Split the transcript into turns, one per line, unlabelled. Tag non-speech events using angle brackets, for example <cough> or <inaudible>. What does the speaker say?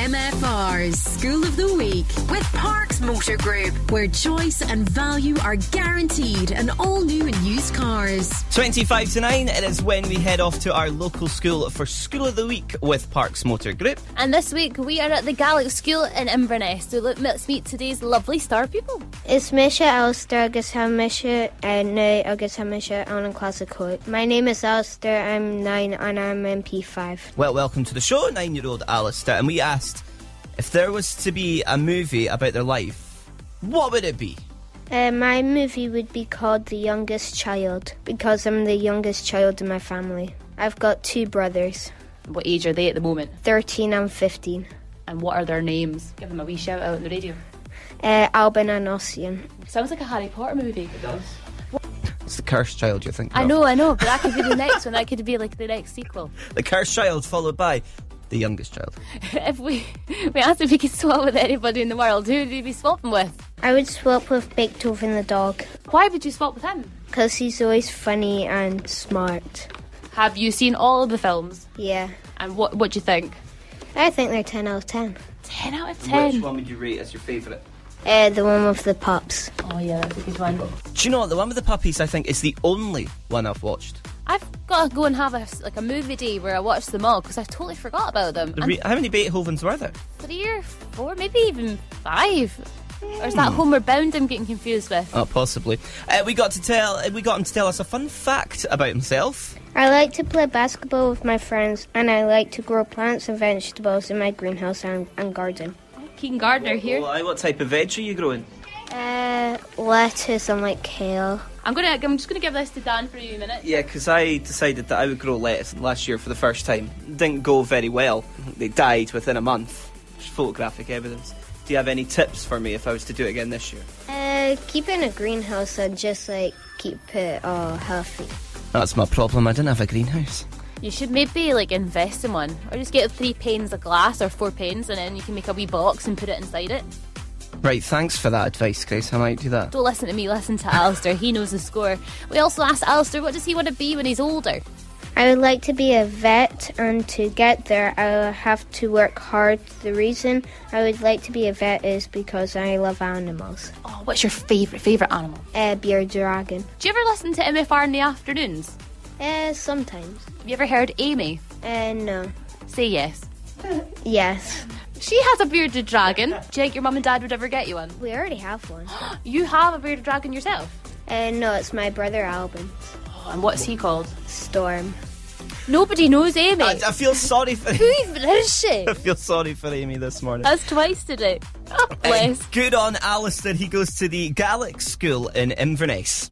MFR's School of the Week with Parks Motor Group, where choice and value are guaranteed in all new and used cars.
25 to 9, it is when we head off to our local school for School of the Week with Parks Motor Group.
And this week we are at the Gaelic School in Inverness. So let- let's meet today's lovely star pupil.
Is Misha Alistair agus ha Misha and Nay agus ha Misha on Classicoid. My name is Alistair, I'm nine and I'm MP5.
Well, welcome to the show, nine year old Alistair. And we asked if there was to be a movie about their life, what would it be?
Uh, my movie would be called The Youngest Child because I'm the youngest child in my family. I've got two brothers,
What age are they at the moment?
13 and 15,
And what are their names? Give them a wee shout out on the radio.
uh, Albin and Ossian.
Sounds like a Harry Potter movie.
It's the cursed child you're thinking
I
of.
know, I know, but that could be the next one. That could be like the next sequel. <laughs>
The cursed child followed by the youngest child.
If we we asked if we could swap with anybody in the world, who would you be swapping with?
I would swap with Beethoven the dog
Why would you swap with him?
because he's always funny and smart.
Have you seen all of the films?
Yeah,
And what what do you think?
I think they're 10 out of 10.
Ten out of ten.
one would you rate as your favourite?
Uh, the one with the pups.
Oh yeah, that's a good one.
Do you know what? The one with the puppies, I think, is the only one I've watched.
I've got to go and have a, like a movie day where I watch them all because I totally forgot about them.
The
And
re- how many Beethovens were there?
three or four, maybe even five. Or is
Hmm.
that Homer Bound I'm getting confused with?
Oh, possibly. Uh, we got to tell. uh, We got him to tell us a fun fact about himself.
I like to play basketball with my friends, and I like to grow plants and vegetables in my greenhouse and, and garden.
Keaton Gardner here.
I, what type of veg are you growing?
Uh, lettuce and like kale.
I'm gonna I'm just gonna give this to Dan for a few minutes.
Yeah, because I decided that I would grow lettuce last year for the first time. Didn't go very well. They died within a month. There's photographic evidence. Do you have any tips for me if I was to do it again this year?
Uh, keep in a greenhouse and just like keep it all healthy.
That's my problem. I didn't have a greenhouse.
You should maybe like invest in one, or just get three panes of glass or four panes, and then you can make a wee box and put it inside it.
Right, thanks for that advice, Grace. I might do that.
Don't listen to me, listen to Alistair. He knows the score. We also asked Alistair, what does he want to be when he's older?
I would like to be a vet, and to get there, I will have to work hard. The reason I would like to be a vet is because I love animals.
Oh, what's your favourite favourite animal?
Uh, be a dragon.
Do you ever listen to MFR in the afternoons?
Uh, sometimes.
Have you ever heard Amy
Uh, no.
say yes?
Yes.
She has a bearded dragon. Do you think your mum and dad would ever get you one?
We already have one.
You have a bearded dragon yourself.
Uh, no, it's my brother Albin.
Oh, and what's he called?
Storm.
Nobody knows Amy.
I, I <laughs> feel sorry for.
Who even
<laughs>
is she?
I feel sorry for Amy this morning.
That's twice today. Oh,
Uh,
bless.
Good on Alistair. He goes to the Gaelic School in Inverness.